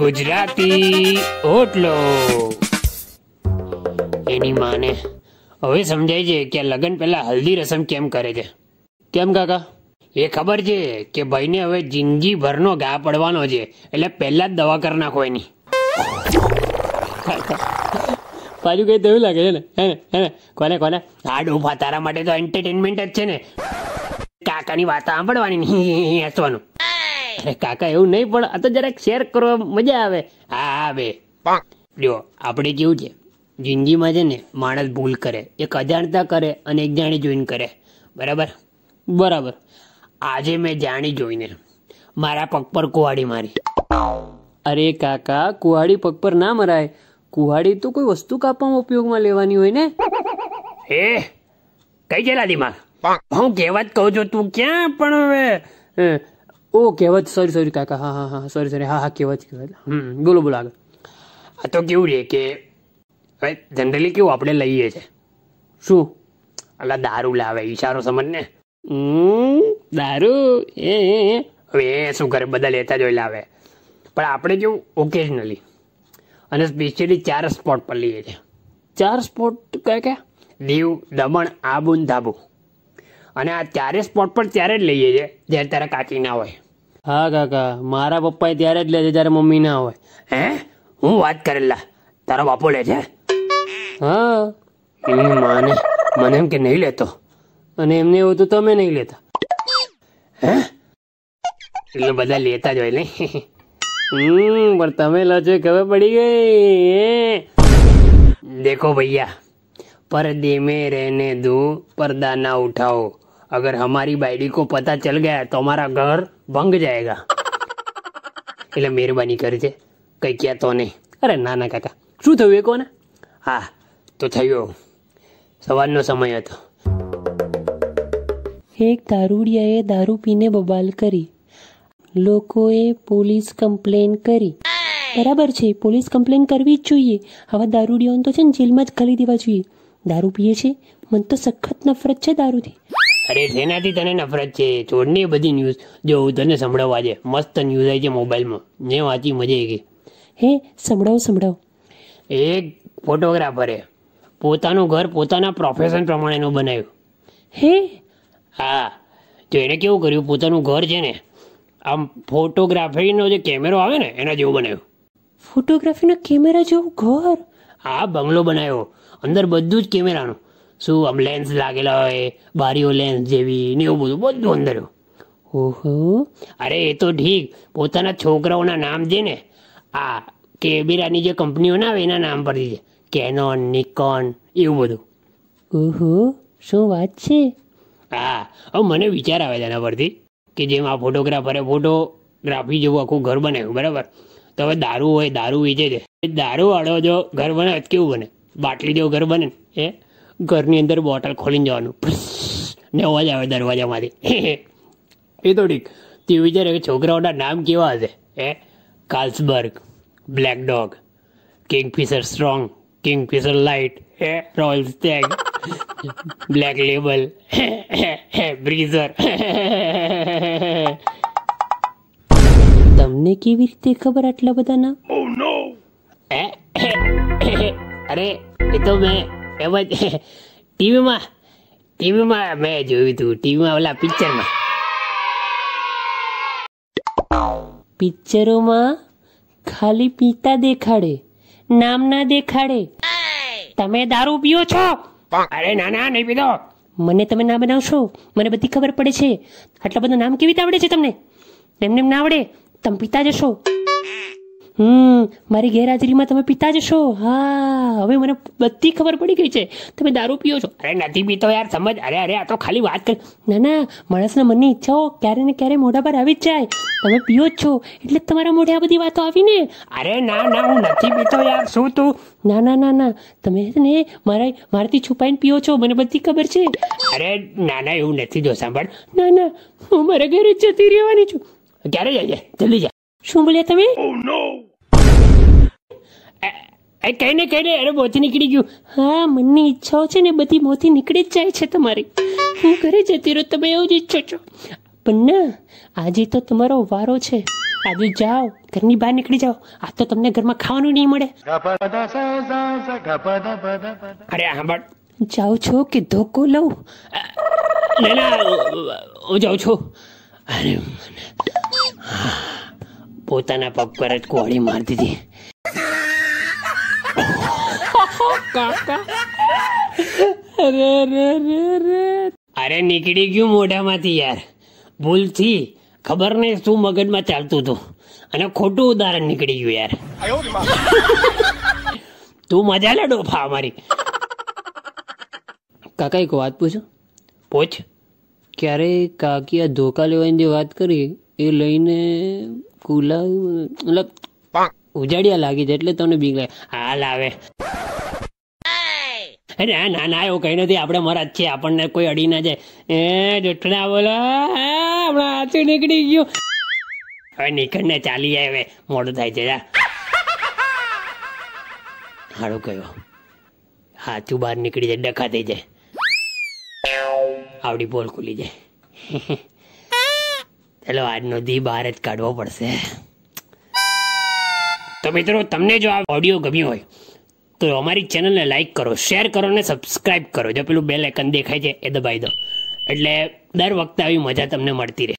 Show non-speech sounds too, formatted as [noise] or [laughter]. ગુજરાતી ઓટલો એની માને હવે સમજાય છે કે લગ્ન પહેલા હલ્દી રસમ કેમ કરે છે કેમ કાકા એ ખબર છે કે ભાઈને હવે જિંદગી ભરનો ઘા પડવાનો છે એટલે પહેલા જ દવા કરી નાખો એની પાછું કઈ તેવું લાગે છે ને હે ને હે ને કોને કોને હા ડોફા તારા માટે તો એન્ટરટેનમેન્ટ જ છે ને કાકાની વાત સાંભળવાની નહીં હસવાનું અરે કાકા એવું નહીં પણ આ તો જરાક શેર કરવા મજા આવે હા હા બે જો આપણે કેવું છે જિંદગીમાં છે ને માણસ ભૂલ કરે એક અજાણતા કરે અને એક જાણી જોઈને કરે બરાબર બરાબર આજે મેં જાણી જોઈને મારા પગ પર કુહાડી મારી અરે કાકા કુહાડી પગ પર ના મરાય કુહાડી તો કોઈ વસ્તુ કાપવામાં ઉપયોગમાં લેવાની હોય ને હે કઈ ગયેલા દિમાગ હું કહેવત કહું છું તું ક્યાં પણ હવે હે, ઓ કહેવત સોરી સોરી કાકા હા હા હા સોરી સોરી હા હા કહેવત કહેવત હમ બોલો બોલો આગળ આ તો કેવું છે કે હવે જનરલી કેવું આપણે લઈએ છે શું અલા દારૂ લાવે ઈશારો સમજ ને હમ, દારૂ એ એ, એ. હવે એ શું કરે બધા લેતા જોઈ લાવે પણ આપણે કેવું ઓકેઝનલી અને સ્પેશિયલી ચાર સ્પોટ પર લઈએ છીએ ચાર સ્પોટ કયા કયા દીવ દમણ આબુ ને ધાબુ અને આ ચારે સ્પોટ પર ત્યારે જ લઈએ છીએ જ્યારે તારા કાકી ના હોય હા કાકા મારા પપ્પાએ ત્યારે જ લે છે જ્યારે મમ્મી ના હોય હે હું વાત કરેલા તારો બાપો લે છે હા એ માને મને એમ કે નહીં લેતો અને એમને એવું તો તમે નહીં લેતા એટલે બધા લેતા જ હોય નહીં હમ પણ તમે લો છો એ ખબર પડી ગઈ એ देखो भैया पर्दे में रहने दो पर्दा ना उठाओ अगर हमारी बाइडी को पता चल गया तो हमारा घर भंग जाएगा એટલે મહેરબાની કરજે કંઈ કહેતો નહીં અરે ના ના કાકા શું થયું એ કોને હા તો થયો સવારનો સમય હતો એક દારૂડિયાએ દારૂ પીને બબાલ કરી લોકોએ પોલીસ કમ્પ્લેન કરી બરાબર છે પોલીસ કમ્પ્લેન કરવી જ જોઈએ આવા દારૂડિયાઓને તો છે ને જેલમાં જ ખાલી દેવા જોઈએ દારૂ પીએ છે મને તો સખત નફરત છે દારૂથી અરે જેનાથી તને નફરત છે છોડની બધી ન્યૂઝ જો હું તને સંભળાવવા છે મસ્ત ન્યૂઝ આવી છે મોબાઈલમાં જે વાંચી મજા આવી ગઈ હે સંભળાવો સંભળાવો એક ફોટોગ્રાફરે પોતાનું ઘર પોતાના પ્રોફેશન પ્રમાણેનું બનાવ્યું હે હા તો એણે કેવું કર્યું પોતાનું ઘર છે ને આમ ફોટોગ્રાફીનો જે કેમેરો આવે ને એના જેવું બનાવ્યું ફોટોગ્રાફીના કેમેરા જેવું ઘર આ બંગલો બનાવ્યો અંદર બધું જ કેમેરાનું શું આમ લેન્સ લાગેલા હોય બારીઓ લેન્સ જેવી ને એવું બધું બધું અંદર એવું. ઓહો અરે એ તો ઠીક પોતાના છોકરાઓના નામ છે ને આ કેબીરાની જે કંપનીઓ ના આવે એના નામ પરથી છે કેનોન નિકોન એવું બધું ઓહો શું વાત છે હા હવે મને વિચાર આવે છે એના પરથી કે જેમ આ ફોટોગ્રાફરે ફોટોગ્રાફી જેવું આખું ઘર બનાવ્યું બરાબર તો હવે દારૂ હોય દારૂ વેચે છે એ દારૂવાળો જો ઘર બને તો કેવું બને બાટલી જેવું ઘર બને ને એ ઘરની અંદર બોટલ ખોલીને જવાનું ને અવાજ આવે દરવાજામાંથી એ તો ઠીક તે વિચારે કે છોકરાઓના નામ કેવા હશે એ Carlsberg Black Dog Kingfisher strong Kingfisher light હે Royal Stag Black [laughs] Label Breezer [laughs] તમને કેવી રીતે ખબર આટલા બધા નામ [laughs] અરે એ તો મેં એમ જ [laughs] ટીવીમાં ટીવીમાં મેં જોયું હતું ટીવીમાં ઓલા પિક્ચરમાં પિક્ચરોમાં ખાલી પીતા દેખાડે નામ ના દેખાડે તમે દારૂ પીઓ છો અરે ના ના નહીં પીધો મને તમે ના બનાવશો મને બધી ખબર પડે છે આટલા બધા નામ કેવી રીતે આવડે છે તમને એમને એમ ના આવડે તમે પીતા જશો હમ મારી ગેરહાજરીમાં તમે પીતા જશો હા હવે મને બધી ખબર પડી ગઈ છે તમે દારૂ પીઓ છો અરે નથી પીતો યાર સમજ અરે અરે આ તો ખાલી વાત કરી ના ના માણસના મનની ઈચ્છાઓ ક્યારે ને ક્યારે મોઢા પર આવી જ જાય તમે પીઓ જ છો એટલે જ તમારા મોઢે આ બધી વાતો આવી ને અરે ના ના હું નથી પીતો યાર શું તું ના ના ના ના તમે છે ને મારા મારાથી છુપાઈને પીઓ છો મને બધી ખબર છે અરે ના ના એવું નથી જો સાંભળ ના ના હું મારા ઘરે જ જતી રહેવાની છું ક્યારે જઈએ જલ્દી જા શું બોલ્યા તમે એ કઈ ને કઈ ને અરે બોથી નીકળી ગયું હા મનની ઈચ્છાઓ છે ને બધી મોંથી નીકળી જ જાય છે તમારી હું ઘરે જતી રહું તમે એવું જ ઈચ્છો છો પણ ના આજે તો તમારો વારો છે આજે જાઓ ઘરની બહાર નીકળી જાઓ આ તો તમને ઘરમાં ખાવાનું નહીં મળે અરે હા પણ જાઓ છો કે ધોકો લઉં ના ના હું જાઉં છું અરે મને પોતાના પગ પર જ કોળી મારી દીધી અરે રે રે રે અરે નીકળી ગયું મોઢામાંથી યાર ભૂલથી ખબર નહીં શું મગજમાં ચાલતું હતું અને ખોટું ઉદાહરણ નીકળી ગયું યાર તું મજા લે ડોફા અમારી કાકા એક વાત પૂછું પૂછ ક્યારે કાકી આ ધોકા લેવાની જે વાત કરી એ લઈને કુલા મતલબ ઉજાડિયા લાગી છે એટલે તમને બીક લાગે હાલ આવે અરે ના ના ના એવું કઈ નથી આપણે મરા જ છીએ આપણને કોઈ અડી ના જાય એ જુઠ્ઠા બોલો એ, હમણાં હાથું નીકળી ગયું હવે નીકળને ચાલી જાય હવે મોડું થાય છે જા હારું કયો હાથું બહાર નીકળી જાય ડખા થઈ જાય આવડી બોલ ખુલી જાય [laughs] ચલો આજનો દી બહાર જ કાઢવો પડશે તો મિત્રો તમને જો આ ઓડિયો ગમ્યો હોય તો અમારી ચેનલને લાઈક કરો શેર કરો અને સબસ્ક્રાઇબ કરો જો પેલું બેલ આઇકન દેખાય છે એ દબાવી દો એટલે દર વખતે આવી મજા તમને મળતી રહે